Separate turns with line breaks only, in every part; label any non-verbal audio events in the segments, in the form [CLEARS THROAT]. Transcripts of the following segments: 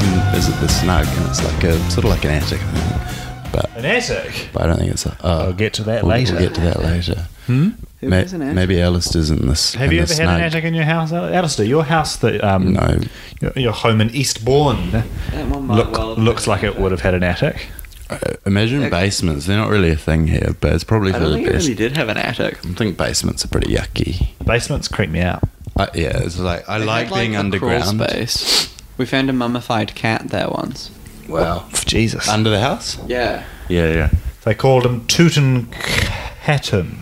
the snug, and it's like a sort of like an attic, I think. But
An attic.
but I don't think it's. A, uh,
I'll get to that
we'll,
later.
We'll get to that later.
Who
Ma-
is an attic?
Maybe Alistair's in this.
Have
in
you
the
ever had
snug.
an attic in your house, Al- Alistair? Your house that um,
No.
your, your home in Eastbourne
That one might
look,
well have
looks
been
like
an
it would have had an attic.
Uh, imagine
Okay.
basements. They're not really a thing here, but it's probably
I
for
don't
the
think it
best.
really did have an attic.
I think basements are pretty yucky.
Basements creep me out.
I, yeah, it's like I
They
like
had,
being
a
underground.
Crawl space. We found a mummified cat there once.
Wow.
Jesus.
Under the house?
Yeah.
Yeah, yeah.
They called him Tutankhaten.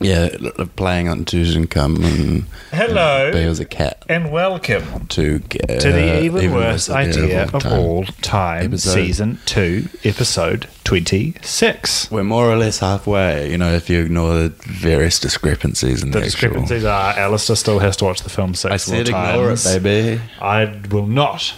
Yeah, l- l- playing on Tutankhamun. and
Hello.
There was a cat
And welcome
to get
to the even, worse idea of all time,
Episode-
season 2, episode 26.
We're more or less halfway, you know, if you ignore the various discrepancies in the,
The
actual-
discrepancies are Alistair still has to watch the film six
I
more
said ignore it,
times.
baby.
I will not.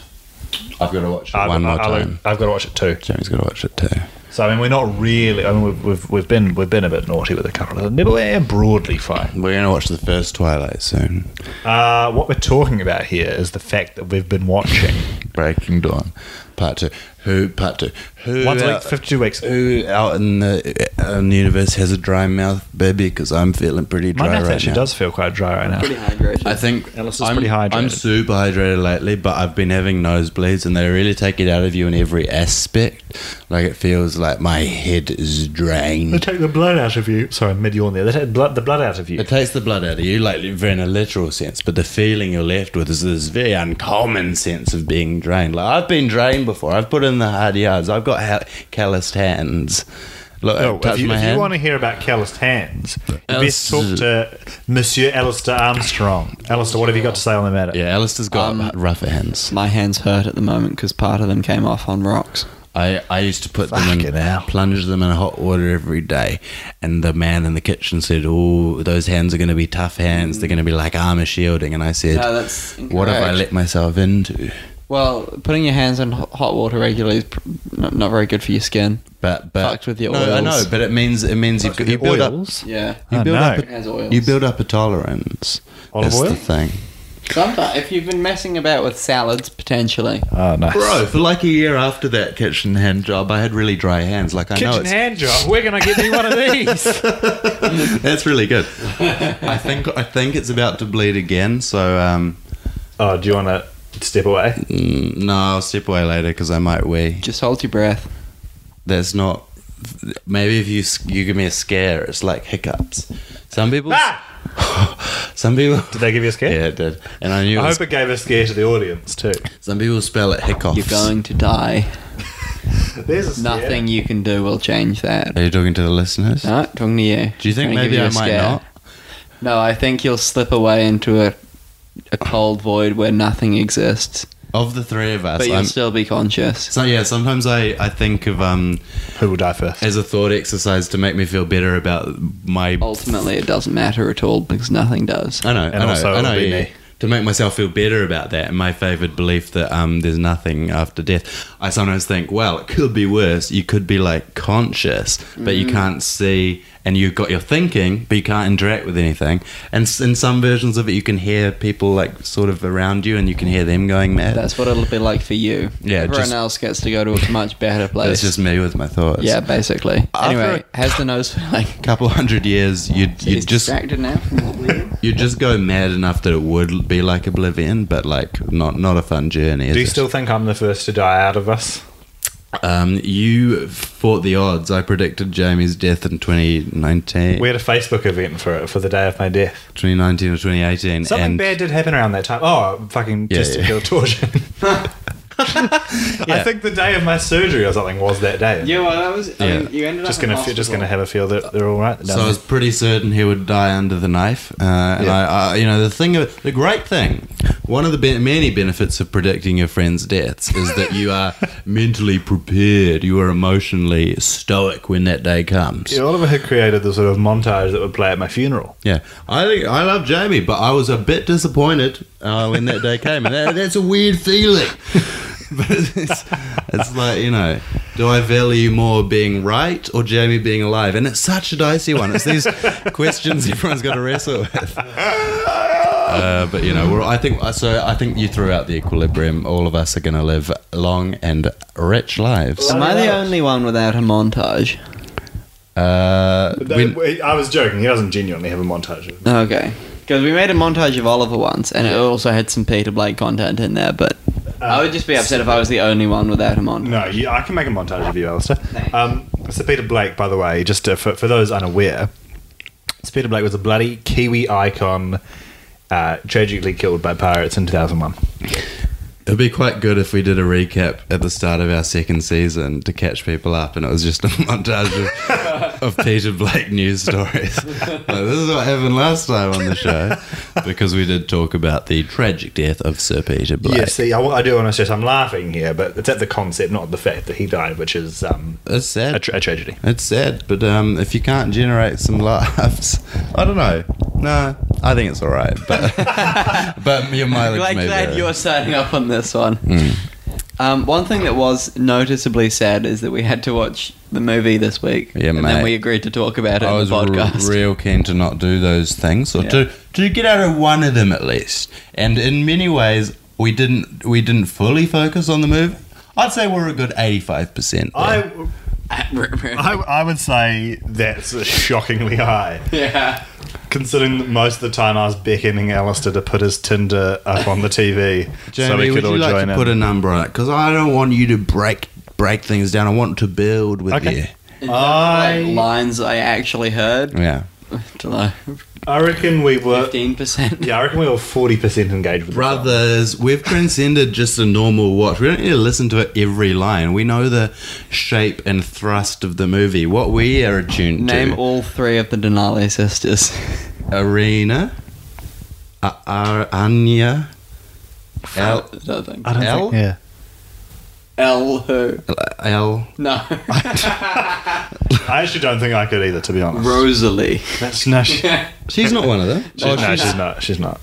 I've got to watch it
I've,
one more
I'll-
time.
I've got to watch it too.
Jamie's got to watch it too.
So I mean, we're not really. I mean, we've we've, we've been we've been a bit naughty with a couple of them, but we're broadly fine.
We're going to watch the first Twilight soon.
Uh, what we're talking about here is the fact that we've been [LAUGHS] watching
Breaking Dawn, Part Two. Who Part Two? Who
once a week,
out-
fifty-two weeks.
Who out in the, uh, in the universe has a dry mouth, baby? Because I'm feeling pretty
My
dry
mouth
right
actually
now.
does feel quite dry right now.
Pretty hydrated.
I think
Alice is
I'm,
pretty hydrated.
I'm super hydrated lately, but I've been having nosebleeds, and they really take it out of you in every aspect. Like it feels like my head is
[LAUGHS] They
drained.
take the blood out of you. Sorry, mid yawn there. They take blood, the blood out of you.
It takes the blood out of you, like in a literal sense, but the feeling you're left with is this very uncommon sense of being drained. Like I've been drained before. I've put in the hard yards. I've got ha- calloused hands. Look,
No,
touch
Oh, if you,
my
if you
hand.
want to hear about calloused hands, you best
Alistair-
talk to Monsieur Alistair Armstrong. Alistair, what have you got to say on the matter?
yeah, Alistair's got
Um,
rougher hands.
My hands hurt at the moment because part of them came off on rocks.
I, I used to put them in,
Fucking hell.
plunge them in hot water every day. And the man in the kitchen said, Oh, those hands are going to be tough hands. They're going to be like armor shielding. And I said,
No, Oh, that's
What have I
incorrect.
let myself into?
Well, putting your hands in ho- hot water regularly is pr- not, not very good for your skin.
But, but
Fucked with your
no, I
oils.
know, but it means it means you,
Fucked with
you
your
build up
oils?
Yeah.
you
Oh,
build
no.
up
It has oils.
a, you build up a tolerance.
Olive
is
oil?
the thing,
Sometimes, if you've been messing about with salads, potentially.
Oh, nice.
bro. For like a year after that kitchen hand job, I had really dry hands. Like I know
Kitchen
it's
hand job. Where can I get me one [LAUGHS] of these?
[LAUGHS] that's really good. I think I think it's about to bleed again. So um,
oh, do you want to step away?
mm, no, I'll step away later because I might wee.
Just hold your breath.
that's not maybe if you s- you give me a scare it's like hiccups some people
Ah!
some people
Did they give you a scare?
yeah it did and i knew it
I
was,
hope it gave a scare to the audience
[LAUGHS]
too.
some people spell it hiccups
You're going to die.
There's a scare.
Nothing you can do will change that.
are you talking to the listeners
No, talking to you.
do you think
Trying to Uh, give
maybe
you
i
a
might
scare.
not
No, I think you'll slip away into a, a cold void where nothing exists.
of the three of us
But you'll
I'm,
still be conscious.
so yeah sometimes i i think of um
Who will die first?
as a thought exercise to make me feel better about my
Ultimately, it doesn't matter at all because nothing does.
I know. I know.
also
I know.
it'll be
yeah,
me.
yeah. To make myself feel better about that and my favoured belief that um, there's nothing after death, I sometimes think, well, it could be worse. You could be like conscious, but
Mm.
you can't see, and you've got your thinking, but you can't interact with anything. And s- in some versions of it, you can hear people like sort of around you, and you can hear them going mad.
That's what it'll be like for you.
Yeah,
Everyone
just-
else gets to go to a much better
[LAUGHS]
place.
That's just me with my thoughts.
yeah, basically.
After
Anyway,
a-
how's the nose [LAUGHS] feeling?
couple hundred years, you'd
He's
you'd just
distracted now. from what we did.
you'd just go mad enough that it would be like oblivion, but like not not a fun journey. is
do you
it?
still think I'm the first to die out of us?
Um, you fought the odds. I predicted Jamie's death in 2019,
We had a Facebook event for it for the day of my death.
2019 or 2018.
Something
and
bad did happen around that time. Oh, fucking
Yeah, yeah.
testicular
[LAUGHS]
[LAUGHS] torsion. I think the day of my surgery or something was that day.
yeah, well, that was. I
Yeah.
mean, you ended
Just
up in
gonna feel, just
hospital.
gonna have a feel that they're all right.
So I was pretty certain he would die under the knife. Uh, and
Yeah.
I, I, you know, the thing, of, the great thing, one of the be- many benefits of predicting your friend's deaths is that you
[LAUGHS]
are mentally prepared. You are emotionally stoic when that day comes.
Yeah, Oliver had created the sort of montage that would play at my funeral.
Yeah, I think I love Jamie, but I was a bit disappointed uh, when that day came, and that, that's a weird feeling. [LAUGHS] but it's, it's like you know, do I value more being right or Jamie being alive? And it's such a dicey one. It's these questions everyone's got to wrestle with. Uh, but you know, we're, I think so. I think you threw out the equilibrium. All of us are going to live long and rich lives.
Am I the only one without a montage?
Uh, when-
I was joking. He doesn't genuinely have a montage of
Okay. Because we made a montage of Oliver once, and it also had some Peter Blake content in there, but I would just be upset if I was the only one without
[LAUGHS]
a montage.
No, you, I can make a montage of you, Alistair.
Thanks.
Um, so Peter Blake, by the way, just uh, for, for those unaware, so Peter Blake was a bloody Kiwi icon, uh, tragically killed by pirates
[LAUGHS]
in 2001.
it'd be quite good if we did a recap at the start of our second season to catch people up, and it was just a [LAUGHS] montage of, of Peter Blake news stories. Like, this is what happened last time on the show because we did talk about the tragic death of Sir Peter Blake.
Yeah, see, I, I do want to stress I'm laughing here, but it's at the concept, not the fact that he died, which is um,
It's sad.
a, tra- a tragedy.
It's sad, but um, if you can't generate some laughs, I don't know. No, I think it's all right, but but your
I'm
mileage
glad,
may
glad
vary.
you're signing up on this one.
Hmm.
Um, one thing that was noticeably sad is that we had to watch the movie this week.
Yeah,
and
mate.
then we agreed to talk about it
I
on
was
the
r-
podcast. [LAUGHS]
real keen to not do those things, or
Yeah.
to to get out of one of them at least. And in many ways, we didn't we didn't fully focus on the movie. I'd say we're a good eighty-five percent.
I, I, I would say that's shockingly high,
yeah.
considering that most of the time I was beckoning Alistair to put his Tinder up on the TV
[LAUGHS] Jamie,
so we
would
could all
you like
join
to
in.
put a number on it? Because I don't want you to break break things down. I want to build with
Okay.
Like,
I,
lines I actually heard.
you. Yeah.
I reckon we were.
Fifteen
[LAUGHS]
percent.
Yeah, I reckon we were forty percent engaged with Brother.
Brothers, we've transcended just a normal watch. We don't need to listen to it every line. We know the shape and thrust of the movie. What we are attuned
Name
to.
all three of the Denali sisters.
Arena, A- Ar- Anya,
[LAUGHS] I
L,
don't think.
I don't
L?
think, yeah.
L who?
L.
No.
I actually don't think I could either, to be honest.
[LAUGHS] Rosalie.
That's no, she,
She's not one of them.
Oh,
she- no, she's not. She's not.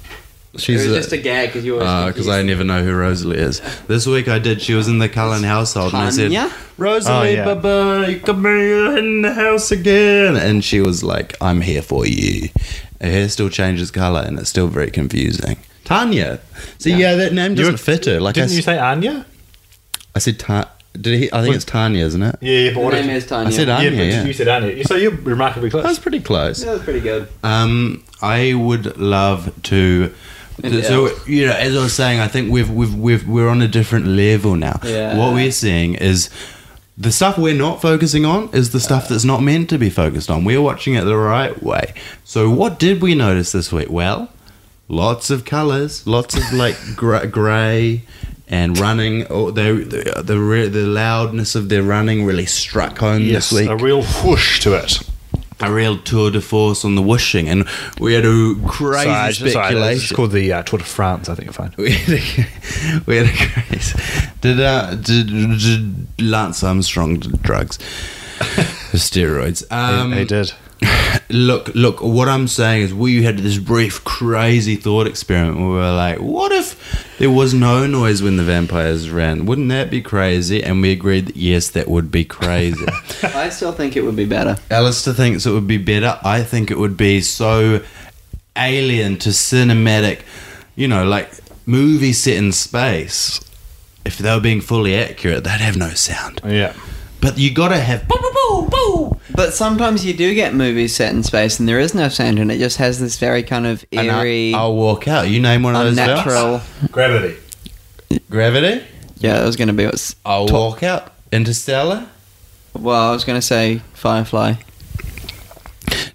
She's
it
a-
was just a gag because you always.
because I never know who Rosalie is. This week I did. She was in the Cullen household, and I
Tanya?
said, "Rosalie,
Oh, yeah.
Baba, you come here in the house again." And she was like, "I'm here for you." Her hair still changes color, and it's still very confusing. Tanya. So yeah, that name doesn't fit her. Like I,
Didn't
s-
you say Anya?
I said, Ta- did he? I think it's Tanya, isn't it?
Yeah, yeah, but
Her
what
name
if,
is Tanya.
I said
yeah,
Anya.
but
Yeah,
you said Anya. So you're remarkably
that was
close.
pretty close.
that was pretty good.
Um, I would love to.
And
so
L.
you know, as I was saying, I think we've we've, we've we're on a different level now.
Yeah.
What we're seeing is the stuff we're not focusing on is the stuff that's not meant to be focused on. We're watching it the right way. So what did we notice this week? Well, lots of colors, lots of like [LAUGHS] gr- grey and running. Oh, they, the the re- the loudness of their running really struck home
Yes,
this week
a real whoosh to it.
a real tour de force on the wishing, and we had a crazy
Sorry, I- sorry, it's
speculation.
called the uh, Tour de France. I think you're fine.
[LAUGHS] we had a, we had a crazy. Did, uh, did, did Lance Armstrong did
[LAUGHS]
drugs? steroids. Um,
he, he did.
look, look. What I'm saying is, we had this brief, crazy thought experiment where we were like, "What if there was no noise when the vampires ran? Wouldn't that be crazy?" And we agreed that yes, that would be crazy.
[LAUGHS]
I still think it would be better.
Alistair thinks it would be better. I think it would be so alien to cinematic, you know, like movie set in space. If they were being fully accurate, they'd have no sound.
Yeah.
But you gotta have.
But sometimes you do get movies set in space and there is no sound and it just has this very kind of
And
eerie,
I, will walk out. You name one of those. films?
unnatural.
Gravity. [LAUGHS]
Gravity.
Yeah, that was going to be what's.
I'll walk out. Interstellar.
Well, I was going to say Firefly.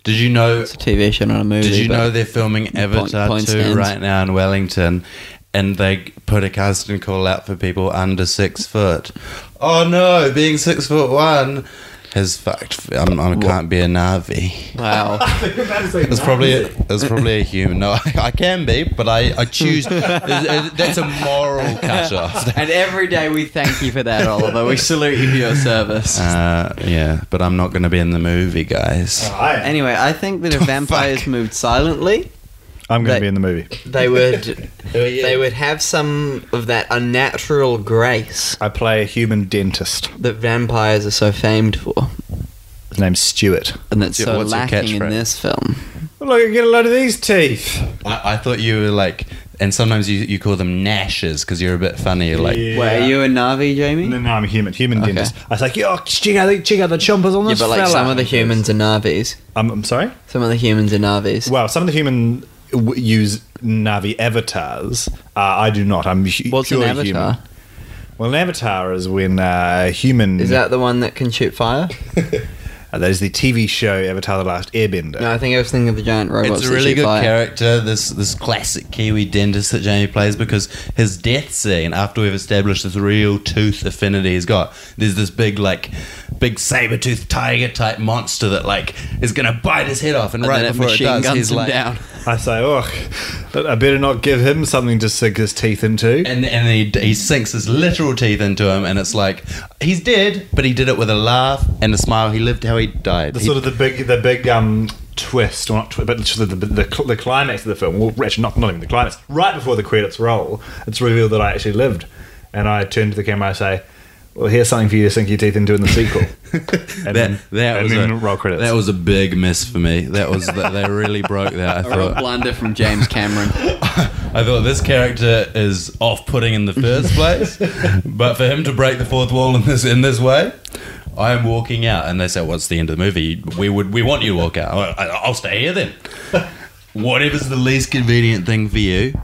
Did you know?
It's a TV show, not a movie.
Did you
but
know they're filming Avatar
point
2
stands.
right now in Wellington and they put a casting call out for people under six foot? Oh no, being six foot one has fucked. I'm, I can't be a Navi.
[LAUGHS] Wow.
It's probably a, it's probably a human. No, [LAUGHS] I, I can be, but I, I choose. [LAUGHS] that's a moral cutoff.
[LAUGHS] and every day we thank you for that, Oliver. We salute you for your service.
[LAUGHS] Uh, yeah, but I'm not going to be in the movie,
Oh,
guys.
anyway, I
[LAUGHS]
think that if vampires
Oh, Fuck.
moved silently,
I'm going to
They-
be in the movie.
they would they would have some of that unnatural grace
I play a human dentist.
that vampires are so famed for,
His name's Stuart.
and that's
Yeah,
so
what's your
lacking in
catchphrase?
this film.
Look, I get a load of these teeth.
I, I thought you were like, and sometimes you, you call them Nashes because you're a bit funny. You're like,
Yeah.
Wait, are you a Navi, Jamie?
No, no, I'm a human. Human
Okay.
dentist. I was like, yo, check out, the, check out the chompers on
Yeah,
this
but like
fella.
some of the humans are Navis.
I'm, I'm sorry?
Some of the humans are Navis.
Well, some of the human w- use Navi avatars. Uh, I do not. I'm hu-
What's an
pure
avatar?
Human. Well, an avatar is when uh, human.
Mm.
Is that the one that can shoot fire?
Uh, that is the TV show Avatar: The Last Airbender.
No, I think I was thinking of the giant robots.
it's a
that
really
shoot
good
fire.
character. This this classic Kiwi dentist that Jamie plays because his death scene after we've established this real tooth affinity he's got. There's this big like big saber toothed tiger type monster that like is gonna bite his head off, and,
And
right
then it
before it
machine
does,
guns
he's
him
like.
down.
I say, oh, I better not give him something to sink his teeth into.
And, and he, he sinks his literal teeth into him, and it's like he's dead, but he did it with a laugh and a smile. He lived how he died.
the
He-
sort of the big the big um twist or not twist, but just the, the, the, cl- the climax of the film well actually not, not even the climax right before the credits roll it's revealed that I actually lived and I turn to the camera I say well here's something for you to sink your teeth into in the sequel and
[LAUGHS] that that
and
was
then
a,
roll credits
That was a big miss for me. That was that they really broke that. I
[LAUGHS] A real
thought.
blunder from James Cameron.
I thought this character is off-putting in the first
[LAUGHS]
place, but for him to break the fourth wall in this in this way, I am walking out. And they say, "What's the end of the movie? We would we want you to walk out. "Oh, I, I'll stay here
[LAUGHS]
then. Whatever's the least convenient thing for you."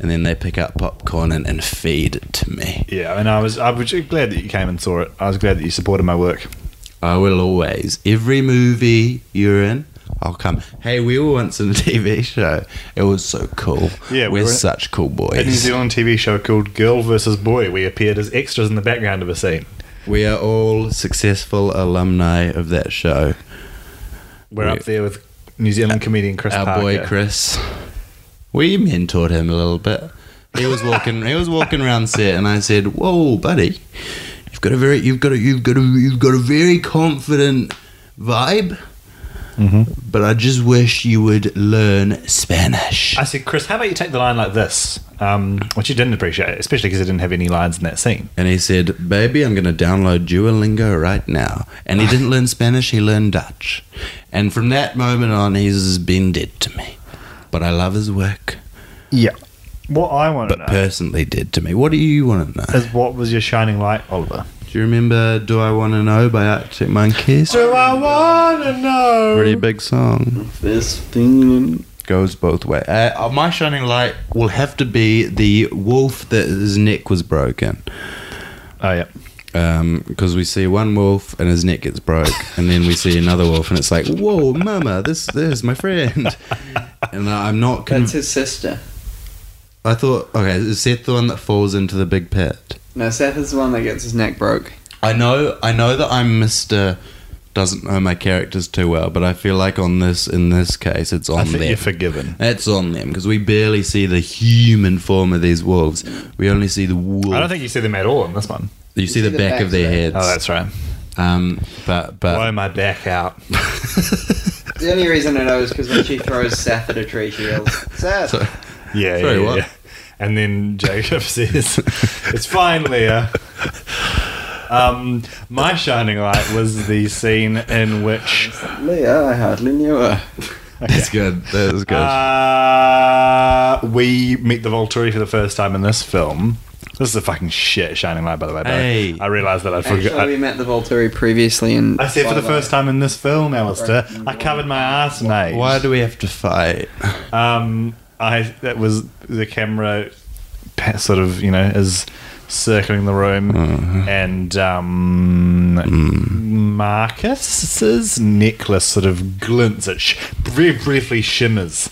And then they pick up popcorn and, and feed it to me.
yeah and I was I was glad that you came and saw it I was glad that you supported my work
I will always. Every movie you're in, I'll come. Hey, we were once in a [LAUGHS] TV show. It was so cool.
Yeah, we
we're,
were in-
such cool
a New
boys.
Zealand TV show called Girl versus Boy we appeared as extras in the background of a scene
We are all successful alumni of that show.
we're
We-
up there with New Zealand comedian Chris
Our
Parker
boy Chris. We mentored him a little bit. He was walking. he was walking around set, and I said, "Whoa, buddy, you've got a very, you've got a, you've got a, you've got a very confident vibe."
Mm-hmm.
But I just wish you would learn Spanish.
I said, Chris, how about you take the line like this? Um, which you didn't appreciate, especially because it didn't have any lines in that scene.
And he said, Baby, I'm going to download Duolingo right now. And he didn't learn Spanish, he learned Dutch. And from that moment on, he's been dead to me. But I love his work.
Yeah. What I want to
But
know
personally, dead to me. What do you want to know?
is what was your shining light, Oliver?
Do you remember Do I Want to Know by Arctic Monkeys?
Do I want to know?
Pretty big song.
[LAUGHS] This thing.
Goes both ways. Uh, my shining light will have to be the wolf that his neck was broken.
Oh, yeah.
because Um, we see one wolf and his neck gets broke, and then we see another wolf, and it's like, whoa, mama, this, this is my
[LAUGHS]
friend. And I'm not. Con-
That's his sister.
I thought, okay, is Seth the one that falls into the big pit?
No, Seth is the one that gets his neck broke.
I know, I know that I'm Mister. Doesn't know my characters too well, but I feel like on this, in this case, it's on
I think
them.
you're forgiven.
That's on them because we barely see the human form of these wolves. We only see the wolf.
I don't think you see them at all in this one.
you, see, the, back, of their heads.
Oh, that's right.
um, but but
Blow my
[LAUGHS]
back out.
The only reason I know is because when she throws Seth at a tree, she yells,
[LAUGHS]
Seth!
So-
[LAUGHS] Yeah,
Sorry,
yeah,
what?
yeah. And then Jacob [LAUGHS] says, "It's
[LAUGHS]
fine, Leah." Um, my shining light was the scene in which
Leah, uh, I hardly knew her.
that's good. That was good.
Ah, Uh, we meet the Volturi for the first time in this film. This is a fucking shit shining light, by the way. but
Hey.
I realised that I'd
Actually,
forgot.
we
I,
met the Volturi previously in.
I said for the first time in this film, Alistair, I covered my ass, mate.
Why do we have to fight?
Um, I that was the camera, pa- sort of, you know, is circling the room,
Mm-hmm.
and um,
Mm.
Marcus's necklace sort of glints. It sh- very briefly shimmers.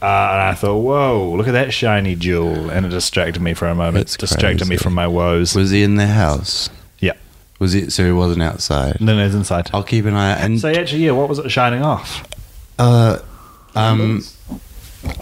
Uh, and I thought, whoa, look at that shiny jewel. And it distracted me for a moment.
That's
distracted me
crazy.
from my woes.
Was he in the house?
yeah.
Was it? So he wasn't outside.
No, no, it's inside.
I'll keep an eye. out. And
So, actually, yeah, what was it shining off?
uh, um,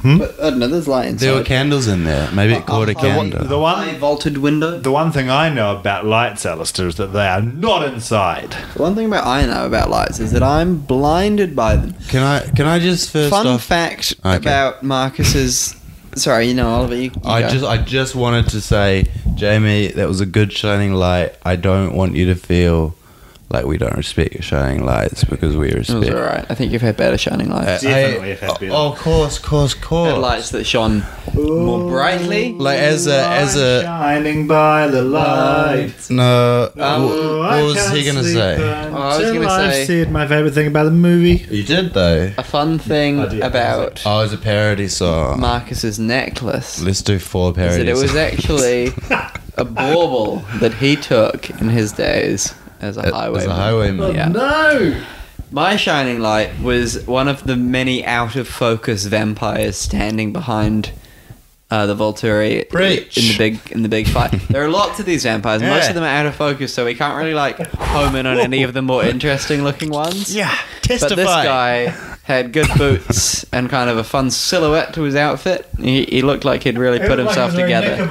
Hmm?
But, I don't know, there's light inside.
there were candles in there. Maybe it caught a
Uh,
candle.
The
High
one,
vaulted window.
the one thing I know about lights, Alistair, is that they are not inside.
The one thing about I know about lights is that I'm blinded by them.
can I? Can I just first
Fun
off?
fact
Okay.
about Marcus's. Sorry, you know Oliver. You, you
I
go.
just, I just wanted to say, Jamie, that was a good shining light. I don't want you to feel like we don't respect shining lights because we
It was
respect.
alright. I think you've had better shining lights.
Uh,
Definitely have had better.
Oh, of course, course, course.
Had lights that shone more brightly.
like as a as a
shining by the light. Oh,
no.
Um,
wh- what was he gonna
uh,
say?
Oh, I was gonna say-
said my favorite thing about the movie.
You did though.
A fun thing
Oh, dear.
about
Oh, it's a parody song.
Marcus's necklace
Let's do four
is
parodies.
that it was
[LAUGHS]
actually [LAUGHS] a bauble that he took in his days as a highwayman.
As a highwayman.
Yeah.
Oh, No.
My shining light was one of the many out of focus vampires standing behind uh, the Volturi
Preach.
in the big in the big fight. [LAUGHS] there are lots of these vampires. Most
Yeah.
of them are out of focus, so we can't really like home in on any of the more interesting looking ones.
Yeah.
But
Testify.
this guy had good boots and kind of a fun silhouette to his outfit. He, he looked like he'd really put himself together.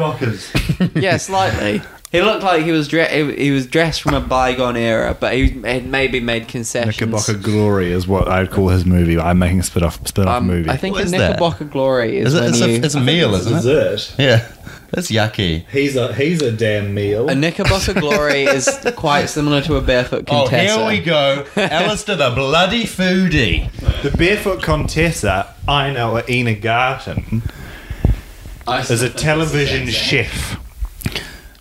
[LAUGHS]
yeah, slightly. He looked like he was dre- he, he was dressed from a bygone era, but he had maybe made concessions.
Knickerbocker Glory is what I'd call his movie. I'm making a spin-off spin-off
Um,
movie.
I think
What
a
is that?
Knickerbocker Glory is,
Is it,
when
it's,
you,
a, it's a meal, isn't it?
dessert.
Yeah. That's yucky.
He's a he's a damn meal.
a Knickerbocker Glory is quite similar to a barefoot contessa.
Oh, here we
[LAUGHS]
go. Alistair the bloody foodie.
the barefoot Contessa Ina or Ina Garten is a television chef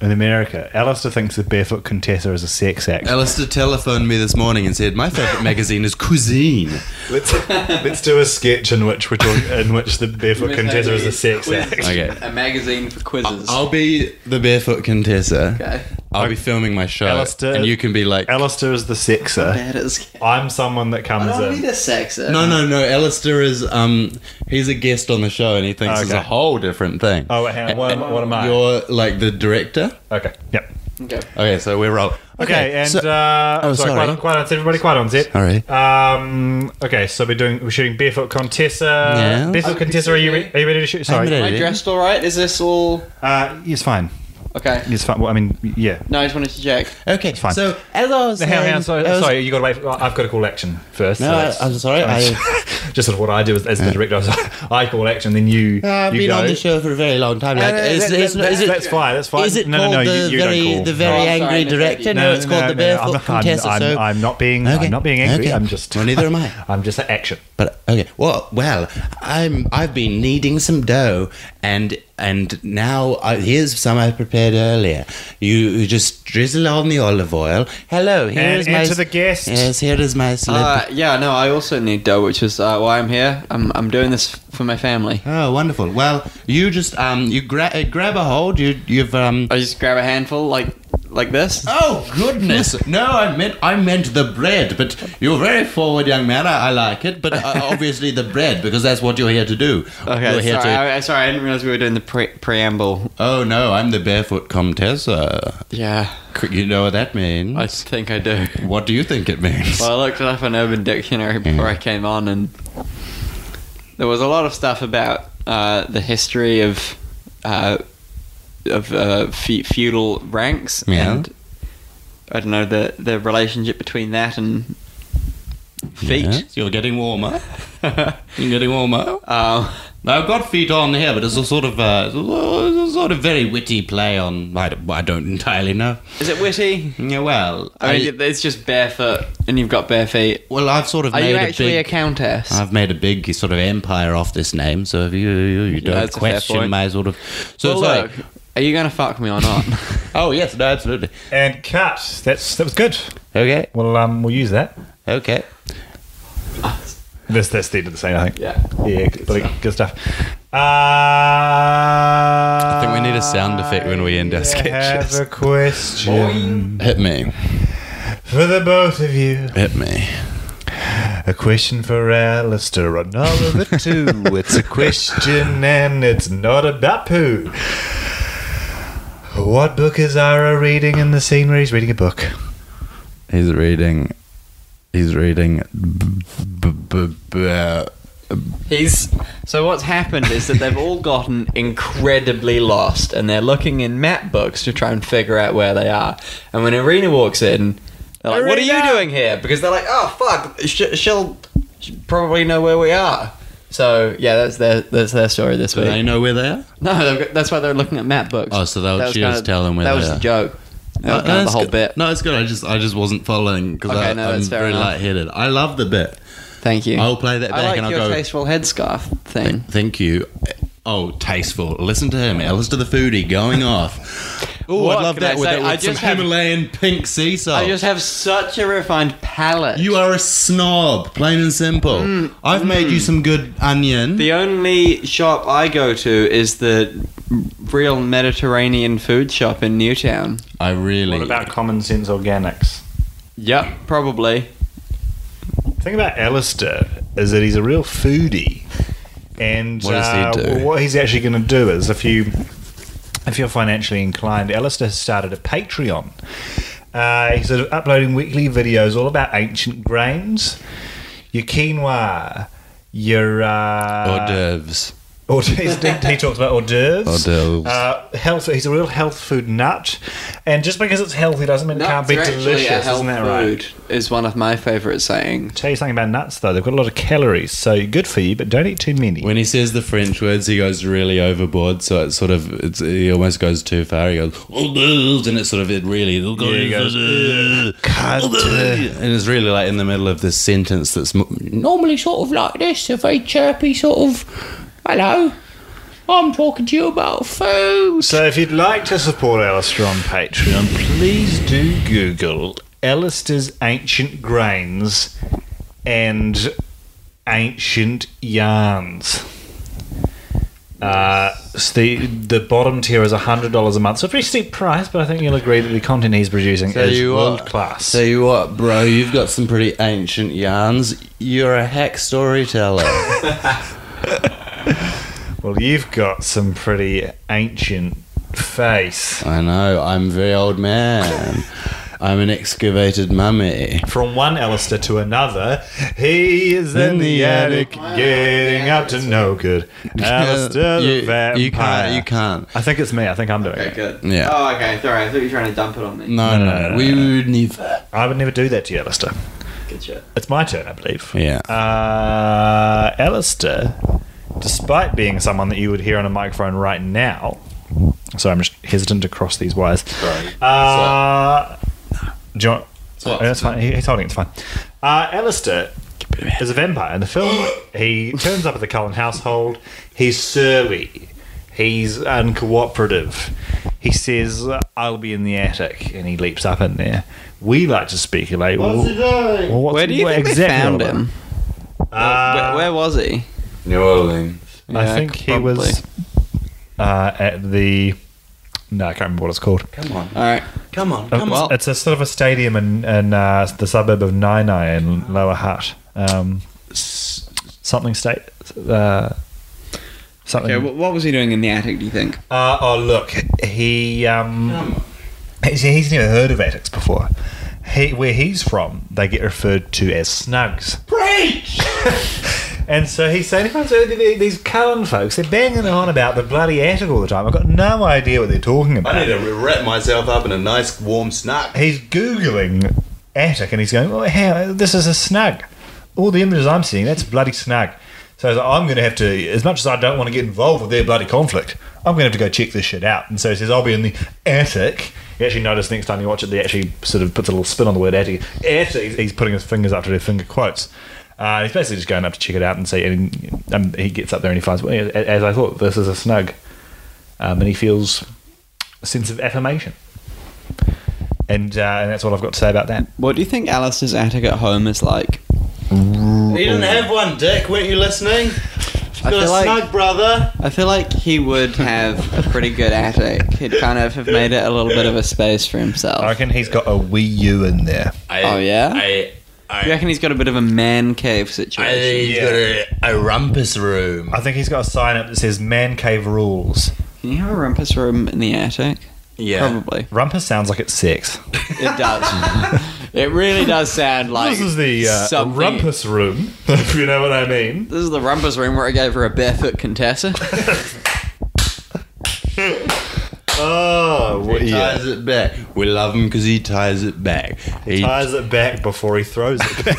in America. Alistair thinks the barefoot Contessa is a sex act.
Alistair telephoned me this morning and said, My favourite magazine is Cuisine.
Let's let's do a sketch in which we're talking, in which the barefoot Contessa is a sex act.
Okay.
A magazine for quizzes.
I'll be the barefoot contessa.
okay.
I'll be filming my show.
Alistair-
and you can be like,
Alistair is the sexer.
That is.
I'm someone that
I
comes
don't
in.
need a sexist.
No, no, no. Alistair is, um, he's a guest on the show and he thinks it's
Okay.
a whole different thing.
Oh, wait, hang on. What am, what am I?
You're like the director.
okay. Yep.
Okay.
Okay, so we're roll.
Okay, and
so-
uh,
oh,
sorry,
sorry.
Quiet, on- quiet on set, everybody. Quiet on set.
Sorry.
Um, okay, so we're doing we're shooting barefoot Contessa.
Yeah.
Barefoot Contessa, are you re- are you ready to shoot?
I'm
Sorry.
ready.
Am I dressed all right? Is this all
Uh, it's fine.
okay?
It's fine. Well, I mean, yeah.
No, I just wanted to check.
Okay,
fine.
so as I was
Hang on, hang on, sorry,
I was-
sorry, you got to wait. For, I've got to call action first.
No,
that's-
I'm sorry,
[LAUGHS] just sort of what I do as, as the director, [LAUGHS] I, I call action, then you.
Uh, I've
you
been
go. Uh,
on the show for a very long time.
No,
Like,
no, no,
it's-
that-
it's-
that-
is it-
that's fine. That's fine.
Is it
no,
called
no, no,
the
you, you
very
don't call.
the very
No, I'm sorry,
angry
Nick,
director?
thank you.
No, it's called the barefoot
I'm,
contessa.
I'm,
so
I'm not being.
Okay,
I'm not being angry.
okay.
I'm just.
Well, neither am I.
[LAUGHS] I'm just an action.
But okay, well, well, I'm I've been kneading some dough, and and now I, here's some I prepared earlier. You, you just drizzle on the olive oil. Hello, here
And
is my
enter
s-
the guests.
Yes, here is my slip.
Uh, yeah, no, I also need dough, which is uh, why I'm here. I'm, I'm doing this for my family.
oh, wonderful. Well, you just um you gra- uh, grab a hold. You you've um.
I just grab a handful like like this.
Oh goodness! No, I meant I meant the bread. But you're a very forward, young man. I, I like it. But [LAUGHS] uh, obviously the bread, because that's what you're here to do.
Okay,
you're
sorry.
here to.
I, I- sorry, I didn't realize we were doing the pre- preamble.
oh no, I'm the barefoot Comtessa.
Yeah,
C- You know what that means?
I think I do.
what do you think it means? [LAUGHS]
Well, I looked it up on Urban Dictionary before I came on, and there was a lot of stuff about uh, the history of uh, of uh, fe- feudal ranks,
Yeah.
and I don't know the the relationship between that and feet.
Yes, you're getting warmer. You're getting warmer.
[LAUGHS] Um,
Now, I've got feet on here, but it's a sort of uh, it's a it's a sort of very witty play on. I don't, I don't entirely know.
is it witty?
Yeah, well,
I
I,
mean, it's just barefoot, and you've got bare feet.
well, I've sort of
Are
made
you
a
actually a,
big. Uh,
countess?
I've made a big sort of empire off this name, so if you you, you don't
that's a fair point.
question my sort of, so
well,
it's like,
look, are you going to fuck me
[LAUGHS]
or not?
oh yes, no, absolutely,
And cut. That's that was good.
okay,
Well, um, we'll use that.
okay,
This that's the end of the scene, I think.
yeah.
Yeah, good, stuff. good stuff. Uh, I
think we need a sound effect when we end our sketches.
have a question
hit me,
for the both of you.
hit me.
A question for Alistair on all of [LAUGHS] it too. it's a question and it's not about poo. What book is Ara reading in the scene where he's reading a book?
He's reading. He's reading. B- b- b- b- uh,
He's so what's happened is that they've all gotten incredibly lost, and they're looking in map books to try and figure out where they are. And when Arena walks in, they're like, "What are you doing here?" Because they're like, "Oh fuck, sh- she'll probably know where we are." So yeah, that's their that's their story this
do
week.
they know where they are?
No, they've got- that's why they're looking at map books.
Oh, so they'll-
That was
she was telling where
that
they
was
are. Uh,
the joke. No,
no,
the
it's
whole
good.
bit.
No, it's good. I just I just wasn't following because
Okay,
I
no,
I'm
that's fair
very
enough.
light-headed. I love the bit.
Thank you.
I'll play that
I
back
like
and I'll
your
go.
tasteful headscarf thing.
Thank you. Oh, tasteful. Listen to him, Ellis to the foodie, going off. Oh,
What
I love
can
that
I
with,
say?
that
I
with some
just have-
Himalayan pink sea salt.
I just have such a refined palate.
You are a snob, plain and simple. I've made you some good onion.
Mm, the only shop I go to is the real Mediterranean food shop in Newtown.
I really.
What about common sense organics?
Yep, probably.
The thing about Alistair is that he's a real foodie, and
What does he
uh,
do?
what he's actually going to do is if you if you're financially inclined, Alistair has started a Patreon. Uh, he's sort of uploading weekly videos all about ancient grains, your quinoa, your
hors
[LAUGHS] uh,
d'oeuvres?
or he's, he, he talks about hors d'oeuvres.
Hors d'oeuvres.
Uh, health. He's a real health food nut, and just because it's healthy doesn't mean it can't be
Nuts are actually a
delicious,
health
isn't that right?
food, Is one of my favorite sayings.
Tell you something about nuts though. They've got a lot of calories, so good for you, but don't eat too many.
When he says the French words, he goes really overboard. So it's sort of, it's, he almost goes too far. He goes, "Hors d'oeuvres," and it's sort of, it really,
he goes,
"Hors d'oeuvres." and it's really like in the middle of this sentence that's m- normally sort of like this, a very chirpy sort of, hello, I'm talking to you about food.
So if you'd like to support Alistair on Patreon, please do Google Alistair's Ancient Grains and Ancient Yarns. Uh, s- the the bottom tier is hundred dollars a month, so a pretty steep price. But I think you'll agree that the content he's producing is world class.
Tell you what, bro, you've got some pretty ancient yarns. You're a hack storyteller.
well, you've got some pretty ancient face.
I know. I'm a very old man. I'm an excavated mummy.
From one Alistair to another, he is in, the, attic, getting up to no good.
[LAUGHS]
Alistair
you,
the vampire.
you can't. You can't.
I think it's me. I think I'm doing it.
good.
Yeah.
Oh, okay. Sorry, I thought you were trying to dump it on me.
No, no, no, we would never.
I would never do that to you, Alistair.
Good shit.
It's my turn, I believe.
Yeah.
Uh, Alistair, despite being someone that you would hear on a microphone right now, sorry, I'm just hesitant to cross these wires. Sorry. Uh, do you want-
what?
Yeah, It's fine. He- He's holding it. It's fine. Uh, Alistair is a vampire in the film. he turns up at the Cullen household. He's surly. He's uncooperative. He says, "I'll be in the attic," and he leaps up in there. We like to speculate. well, well, what's-
Where do you
well,
think they
exactly
found
what-
him?
Uh,
where, where was he?
New Orleans.
I
Yeah,
think he
probably.
was uh, at the. No, I can't remember what it's called.
Come on,
All right.
come on,
It's,
come on.
it's a sort of a stadium in, in uh, the suburb of Nainai in Lower Hutt. Um, something state. Uh, something.
Okay, what was he doing in the attic? Do you think?
Uh, oh, look, he um, he's, he's never heard of attics before. He, where he's from, they get referred to as snugs. Preach! and so he's saying, "Everyone's heard of the- these Cullen folks, they're banging on about the bloody attic all the time. I've got no idea what they're talking about.
to wrap myself up in a nice warm snack.
He's Googling attic and he's going, oh, how, this is a snug. All the images I'm seeing, that's bloody snug. So he's like, I'm going to have to, as much as I don't want to get involved with their bloody conflict, I'm going to have to go check this shit out. And so he says, I'll be in the attic. You actually notice next time you watch it, they actually sort of puts a little spin on the word attic. Attic, he's- he's putting his fingers after their finger quotes. Uh, he's basically just going up to check it out and see, and um, he gets up there and he finds, well, as I thought, this is a snug. Um, and he feels a sense of affirmation. And, uh, and that's all I've got to say about that.
What do you think Alice's attic at home is like?
You didn't have one, Dick. Weren't you listening?
I
Got a
feel like
snug, brother.
I feel like he would have a pretty good attic. He'd kind of have made it a little bit of a space for himself.
I reckon he's got a Wii U in there.
I,
Oh, yeah?
I,
You
I,
reckon he's got a bit of a man cave
I
situation?
think he's got a, a rumpus room.
I think he's got a sign up that says Man Cave Rules.
Can you have a rumpus room in the attic?
yeah.
Probably.
Rumpus sounds like it's sex.
It does. [LAUGHS] it really does sound like
this is the uh,
something-
Rumpus Room, [LAUGHS] if you know what I mean.
This is the rumpus room where I gave her a barefoot
[LAUGHS]
contessa.
Oh, well,
He
yeah.
ties it back. We love him because he ties it back. He
Ties it back before he throws it back.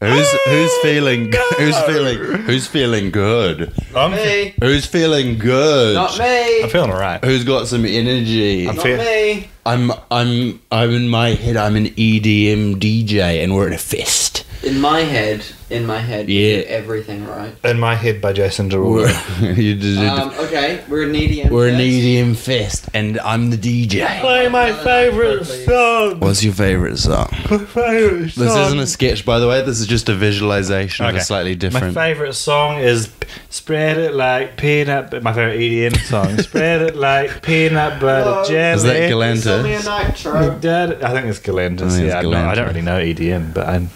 Who's who's feeling [LAUGHS] who's feeling who's feeling good?
[LAUGHS] I'm,
Me,
Who's feeling good?
not me,
I'm feeling all right.
Who's got some energy?
I'm
not
fair.
me.
I'm I'm I'm in my head. I'm an E EDM DJ, and we're in a fist.
In my head, in my head, you
Yeah.
did everything right.
In my head by Jason
We're, [LAUGHS]
Derulo.
you just,
Um, okay, we're an EDM.
we're an
fest.
EDM fest, and I'm the DJ.
Play my favorite song.
What's your favorite song?
My favorite
This
song.
isn't a sketch, by the way. This is just a visualization of a slightly different.
My favorite song is "Spread It Like Peanut." Bu- My favorite EDM song,
[LAUGHS]
"Spread It Like Peanut Butter
Hello.
Jelly."
is that
It's only a
Galantis?
nitro.
Dad- I think it's Galantis.
I think it's
yeah, I don't- I don't
Galantis.
really know EDM, but I'm.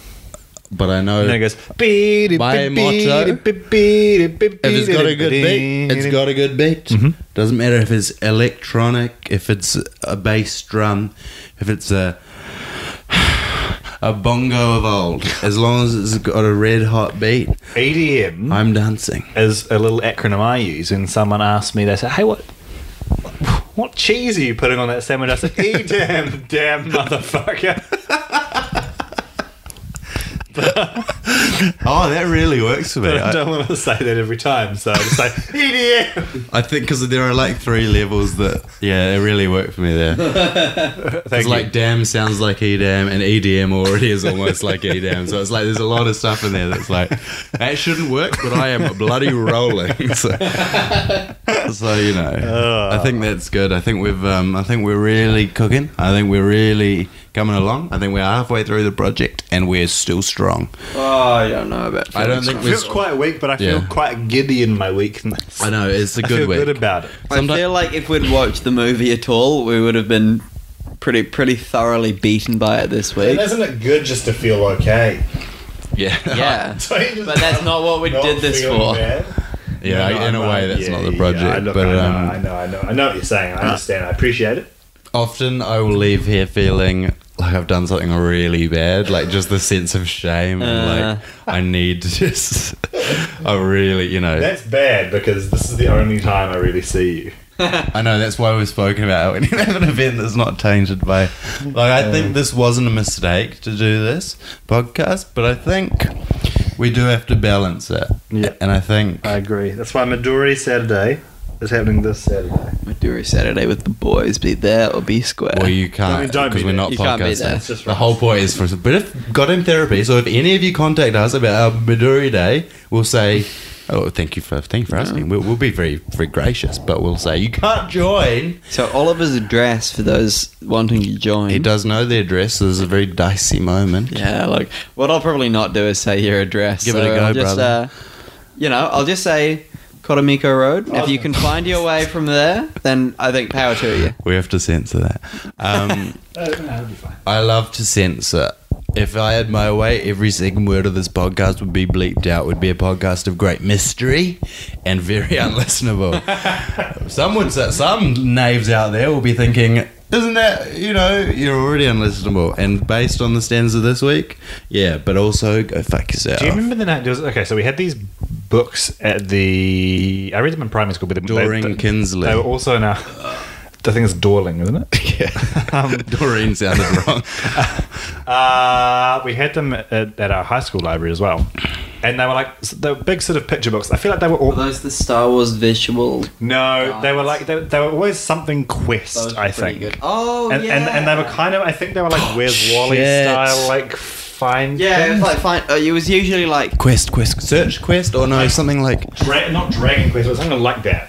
But I know
And then it goes. "Beat it,
Uh, My
beat it,
motto,
beat it, beat it, beat
if it's got a
it,
good beat, it's got a good beat. Doesn't matter if it's electronic, if it's a bass drum, if it's a [SIGHS] a bongo of old. As long as it's got a red hot beat,
EDM.
I'm dancing.
E is a little acronym I use when someone asks me, they say, hey, what what cheese are you putting on that sandwich? I
[LAUGHS]
say, e damn, damn motherfucker.
Oh, that really works for me.
[LAUGHS] But I
I,
don't want to say that every time, so "E I just say,
[LAUGHS]
EDM.
I think because there are like three levels that yeah, it really worked for me [LAUGHS] there.
Thank
It's
you.
like damn sounds like E EDM, and EDM already is almost like EDM. So it's like there's a lot of stuff in there that's like that shouldn't work, but I am bloody rolling. [LAUGHS] So, so, you know, I
Uh,
think that's good. I think we've, um, I think we're really cooking. I think we're really coming along. I think we're halfway through the project, and we're still strong.
Oh, I don't know about.
I don't
feelings,
think
I
we're.
feel quite weak, but I feel
Yeah.
quite giddy in my weakness.
I know it's a
I
good
feel
week.
good about it.
Someti-
I feel like if we'd watched the movie at all, we would have been pretty pretty thoroughly beaten by it this week.
isn't it good just to feel okay? [LAUGHS]
[LAUGHS] yeah,
Yeah, but that's not what we did this for.
yeah. in a way, that's not the project, but um,
I know, I know, I know what you're saying. I understand. I appreciate it.
Often I will leave here feeling like I've done something really bad, like just the sense of shame and like
Uh.
I need to just [LAUGHS] I really, you know,
That's bad because this is the only time I really see you.
I know that's why we've spoken about when you have an event that's not tainted by like I
Uh.
think this wasn't a mistake to do this podcast, but I think we do have to balance it.
Yeah.
And I think
I agree. That's why Midori Saturday is happening this Saturday.
Maduri Saturday with the boys. Be there or be square.
well, you can't
don't be
because we're not
there.
You can't be there.
podcasting.
It's just
the whole point is for us. But if got in therapy, so if any of you contact us about our Midori Day, we'll say, "Oh, thank you for thank you for asking." We'll, we'll be very very gracious, but we'll say you can't join.
so Oliver's address for those wanting to join.
He does know the address. So this is a very dicey moment.
Yeah, like what I'll probably not do is say your address.
Give it a
so
go,
I'll just,
brother.
Uh, you know, I'll just say Kotomiko Road. If you can find your way from there, then I think power to you.
We have to censor that. Um,
Oh,
I love to censor. If I had my way, every second word of this podcast would be bleeped out. Would be a podcast of great mystery and very [LAUGHS] unlistenable. some would say, some knaves out there will be thinking, isn't that you know you're already unlistenable? And based on the standards of this week, yeah. But also go fuck yourself.
Do you remember the night? there was- Okay, so we had these books at the. I read them in primary school, but they,
Doreen
they,
Kinsley. [LAUGHS]
[LAUGHS] They were also in our. I think it's Dorling, isn't it?
yeah. [LAUGHS] Doreen sounded wrong.
Uh, we had them at, at our high school library as well, and they were like they were big sort of picture books. I feel like they were
Were
all
those the Star Wars visual?
no, they were
Nice.
like they, they were always something
Those
quest.
were
I
pretty
think.
Good. Oh
and,
yeah.
and and they were kind of I think they were like Where's Wally
shit.
style like find
Yeah, it was
things.
like fine. Uh, it was usually like
Quest, quest, search quest, or no, something like
Dra- not Dragon Quest but something like that.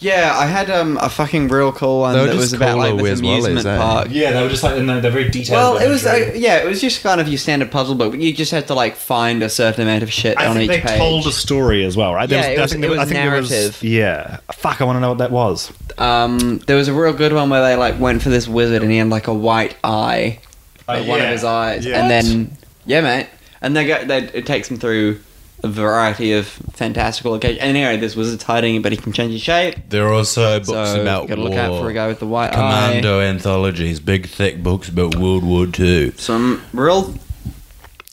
yeah. I had um a fucking real cool one
They were
that
just
was about
cooler
like this
Where's Wally's,
amusement
eh?
park.
Yeah, they were just like they're very detailed.
Well, it was uh, yeah, it was just kind of your standard puzzle book. but You just had to like find a certain amount of shit
I
on
think
each
they
page.
told a story as well, right?
Yeah, it was-
I think
it
there- I
was
think there
narrative.
yeah, fuck, I want to know what that was.
um, there was a real good one where they like went for this wizard and he had like a white eye, like one of
yeah.
his eyes,
Yeah.
and
What?
then yeah, mate, and they go, they, it takes him through a variety of fantastical occasions. And anyway, this wizard's hiding, but he can change his shape.
There are also books
So
about
gotta
war.
look out for a guy with the white eye.
Commando anthologies, big thick books about World War Two.
Some real,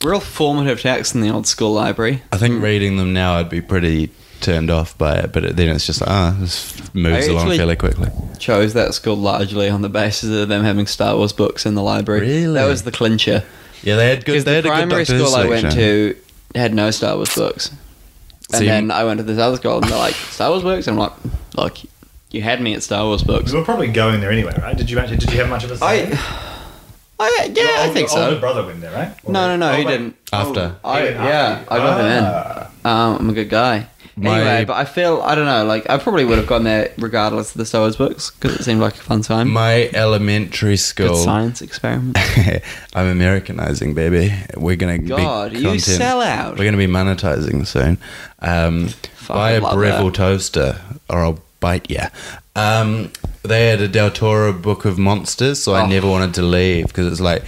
real formative text in the old school library.
I think reading them now, I'd be pretty turned off by it, but then it's just ah, this moves
I
along
actually-
fairly quickly.
chose that school largely on the basis of them having Star Wars books in the library.
Really?
That was the clincher.
Yeah, they had good.
Because
They
the
had a good
primary
Doctor Who
school I went
selection.
to, had no Star Wars books. And
So you-
then I went to this other school and they're like, Star Wars books? And I'm like, look, you had me at Star Wars books.
We were probably going there anyway, right? Did you actually, did you have much of a say?
I, I yeah,
Your
I
older-
think
Older
so.
brother went there, right? Or-
No, no, no,
Oh,
he
wait.
didn't.
After.
I,
He went
yeah,
after
I
you.
got
Ah.
them in. Um, I'm a good guy.
My-
Anyway, but I feel I don't know. Like I probably would have gone there regardless of the Star Wars books because it seemed like a fun time.
My elementary
Oh. good
school.
science experiment.
[LAUGHS] I'm Americanizing, baby. We're gonna
God,
be
you
content-
sellout.
We're gonna be monetizing soon. Um,
Fuck,
buy
I
a
love
Breville
that.
toaster, or I'll bite ya. Um, they had a Del Toro book of monsters, so
Oh.
I never wanted to leave because it's like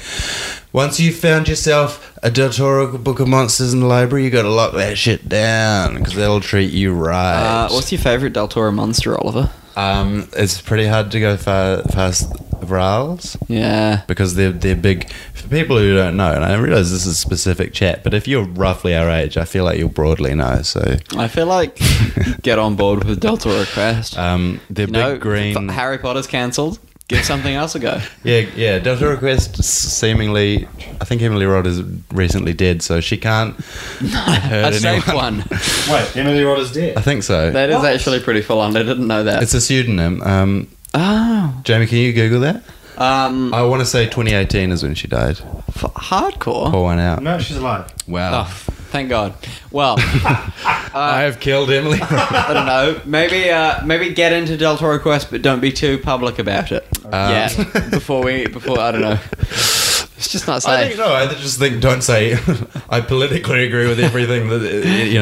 once you found yourself a Del Toro book of monsters in the library, you got to lock that shit down because that'll treat you right.
Uh, what's your favorite Del Toro monster, Oliver?
um, it's pretty hard to go far, past Vrals
Yeah.
because they're they're big for people who don't know. And I realize this is specific chat, but if you're roughly our age, I feel like you'll broadly know. So
I feel
[LAUGHS]
like get on board with Del Toro Quest.
um, they're
you know,
big green.
f- Harry Potter's cancelled. Give something else
[LAUGHS]
a go.
yeah, yeah. Delta Request s- seemingly, I think Emily Rod is recently dead, so she
[LAUGHS]
can't hurt
a safe
anyone. [LAUGHS]
one.
Wait, Emily Rod is
I
dead.
think so.
That is
What?
actually pretty full on. I didn't know that.
it's a pseudonym. Um,
oh.
Jamie, can you Google that?
Um,
I want to say 2018 is when she died.
f- hardcore.
Pour one out.
No, she's alive.
Wow.
Oh, f- thank God. Well,
I have killed
[LAUGHS]
Emily. Rod.
I don't know. Maybe uh, maybe get into Del Toro Quest, but don't be too public about it.
Uh,
yeah. Before we before I don't know. It's just not
I think
safe.
no. I just think don't say. [LAUGHS] I politically agree with everything that uh, you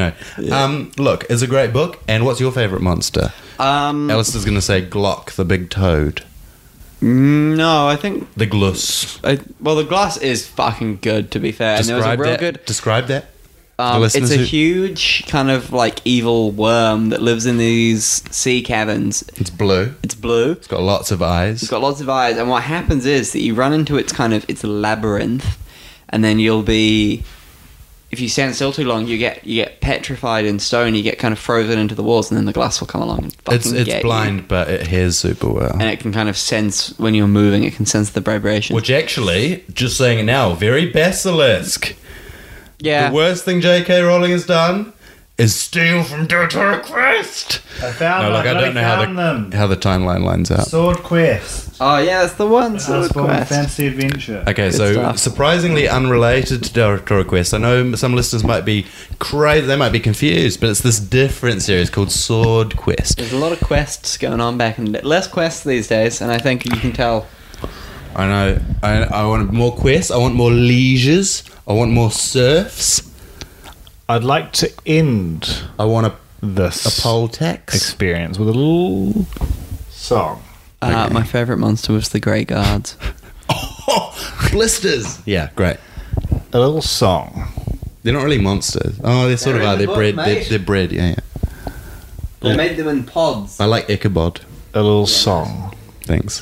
know. Um, look, it's a great book. And what's your favorite monster?
Um,
Alistair's going to say Glock, the big toad,
Mm, no, I think.
the Gluss.
I, well, the glass is fucking good. To be fair, and there was a
Describe
real
that.
good.
Describe that.
Um,
The
it's
listeners
a
who-
huge kind of like evil worm that lives in these sea caverns.
It's blue.
It's blue.
It's got lots of eyes.
It's got lots of eyes, and what happens is that you run into its kind of its labyrinth, and then you'll be, if you stand still too long, you get you get petrified in stone. You get kind of frozen into the walls, and then the glass will come along and fucking
it's it's
get you.
blind, but it hears super well.
and it can kind of sense when you're moving. It can sense the vibration.
Which actually, just saying it now, very basilisk.
yeah,
The worst thing J.K. Rowling has done is steal from Deutero Quest.
I found
No,
them.
look, I don't know how
found
the,
them.
how the timeline lines up.
Sword Quest.
oh yeah, that's the one. Sword
Sword Quest.
Quest.
Fantasy Adventure.
Okay,
Good
so
stuff.
surprisingly unrelated to Director Request. I know some listeners might be crazy, they might be confused, but it's this different series called Sword Quest.
There's a lot of quests going on back in the day. less quests these days, and I think you can tell.
I know, I, I want more quests, I want more leisures, I want more surfs,
I'd like to end
I want a, a
this
poll
[LAUGHS]
tax.
experience with a little song.
Uh, My favorite monster was the Grey Guards.
Oh, blisters! Yeah, great.
A little song.
They're not really monsters. Oh, they sort of
They're in
are.
the
They're
book,
bread. They're,
mate.
they're bread. Yeah, yeah.
[LAUGHS] They made them in pods.
I like Ichabod.
A little song.
Thanks.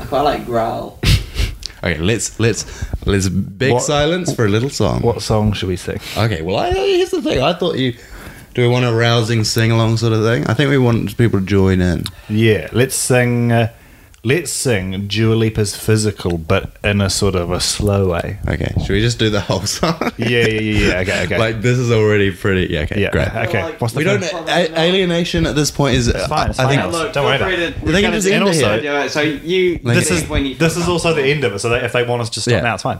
I quite like growl.
Okay, let's let's let's big
What-
silence for a little song.
What song should we sing?
Okay, well, I, here's the thing. I thought you. Do we want a rousing sing along sort of thing? I think we want people to join in.
Yeah, let's sing. Uh, let's sing Dua Lipa's Physical, but in a sort of a slow way.
Okay, should we just do the whole [LAUGHS] song?
[LAUGHS] Yeah, yeah, yeah, yeah. Okay,
[LAUGHS]
okay.
like, this is already pretty. Yeah, okay,
yeah,
great.
okay. What's the
We don't.
first-
A- alienation at this point is.
It's fine, it's
I
fine.
think.
Look, don't worry about it.
They can just end it here.
So you.
Like
This
it-
is this is also the end of it. So they, if they want us to stop
Yeah.
now, it's fine.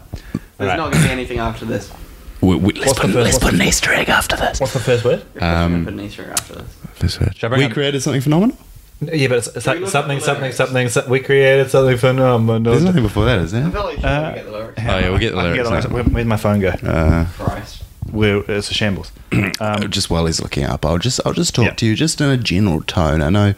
There's
Right.
not going to be anything after this.
We, we, let's
What's the
put,
first-
let's
what's
put an Easter egg after this.
What's the first word?
Um,
Put an Easter egg after this.
This word.
Shall I bring
We
up-
created something phenomenal.
Yeah, but it's, it's
we
like
look
something,
at the
something,
lyrics?
something, so- We created something phenomenal.
There's nothing before that, is
I
there?
felt like you
Uh,
should get the lyrics.
Oh yeah, we'll get the
I can
lyrics.
the
now.
Where, where'd my phone go?
Uh,
Christ.
Where, it's a shambles.
[CLEARS THROAT] Um, just while he's looking up, I'll just I'll just talk
Yeah.
to you just in a general tone. I know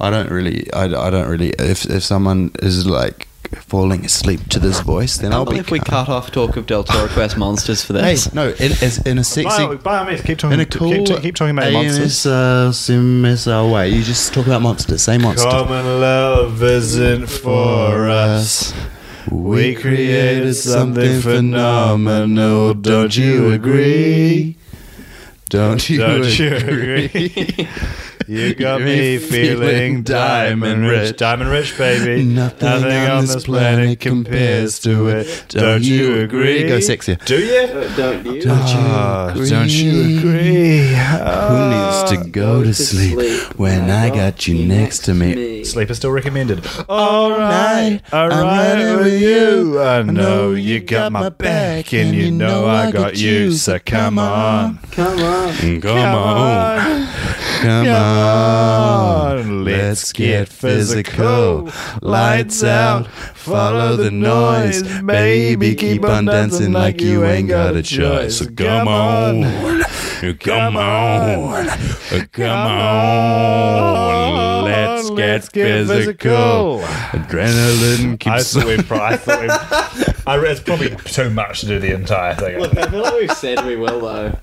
I don't really I, I don't really if if someone is like falling asleep to this voice, then
I
I'll
believe
be
we cut off talk of Del Toro Quest monsters for
Hey,
this.
no, in, as- in a sexy.
By, by all means, keep talking.
In a cool,
keep, keep, keep talking about monsters.
AMSR way. You just talk about monsters. Say monster.
Common love isn't for us. We created something phenomenal. Don't you agree?
Don't [LAUGHS] you
Don't you
agree?
agree? You got me feeling diamond rich. Diamond rich, baby.
[LAUGHS] Nothing on this planet compares to it. Don't you agree? Go sexier.
Do you? Ah,
Don't you?
Oh, don't you
Agree.
[LAUGHS]
Ah.
Who needs to Ah, go to sleep when I got you next to me?
Sleep is still recommended.
All right,
All right with you. I know you got my back, and you know I got you. So come on,
Come on.
Mm, Come on, come on. Let's get physical. Lights out, follow the noise. Baby, keep on dancing like you ain't got a choice. So come
[LAUGHS]
on, come on, come on. Let's get physical. Adrenaline
I
keeps.
thought
[LAUGHS]
we. Pro- I thought we. I re- it's probably too much to do the entire thing.
I feel like we've said we will though.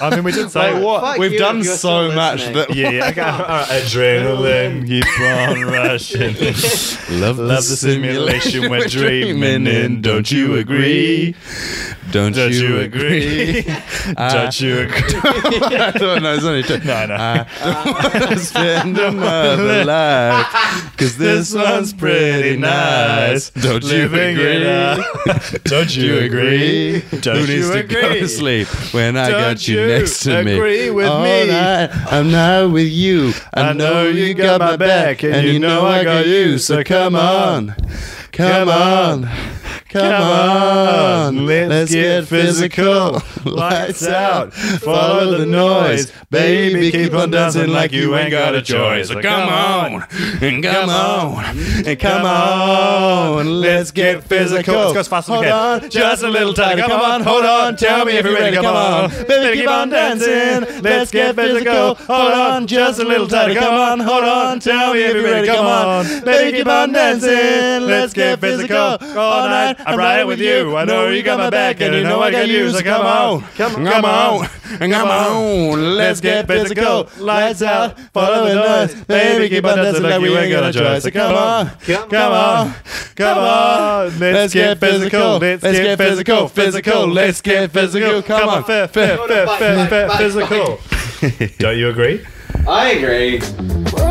I mean, we did say what?
Fuck you if you're still listening.
Yeah, yeah. Okay. All right. Adrenaline keep on rushing.
[LAUGHS] Love,
Love the simulation
[LAUGHS]
we're dreaming in. Don't you agree?
Don't,
Don't you agree?
[LAUGHS] Uh,
Don't you [LAUGHS] agree?
I thought no, it's only two. Uh,
No,
[LAUGHS]
no.
spend
[LAUGHS]
another life because
this one's pretty nice.
Don't you
Living it
agree? [LAUGHS]
up. [LAUGHS] Don't
Do
you agree?
Who
Don't
needs
you
to go
agree?
to sleep when I
Don't
got you,
you
next to me?
agree with
All
me?
right, I'm now with you. I,
I know you got my back, and you know I got you, so come on.
come
Come
on,
on.
come on.
let's, get, physical. [LAUGHS] Lights out, follow the noise. Baby, keep on dancing like you ain't got a choice. So come on,
and come on, and
come on, let's get physical. Let's go as fast as we
hold
can.
on, just a little tighter. Come on, hold on, tell me if you're ready. Come on, baby, keep on dancing. Let's get physical. Hold on, just a little tighter. Come on, hold on, tell me if you're ready. Come on, baby, keep on dancing. Let's get physical. All night, I'm right with you. I know you got my back, and you know I got you. So come on, come on, and come on. Let's get physical. Lights out, follow the noise. Baby, keep on dancing like we ain't got a choice. So come on.
Come on, come on, let's get physical, let's get physical, physical, let's get physical, come on,
[LAUGHS]
fit, fit, fit, fit, fit, physical. Don't you agree?
I agree.
Whoa,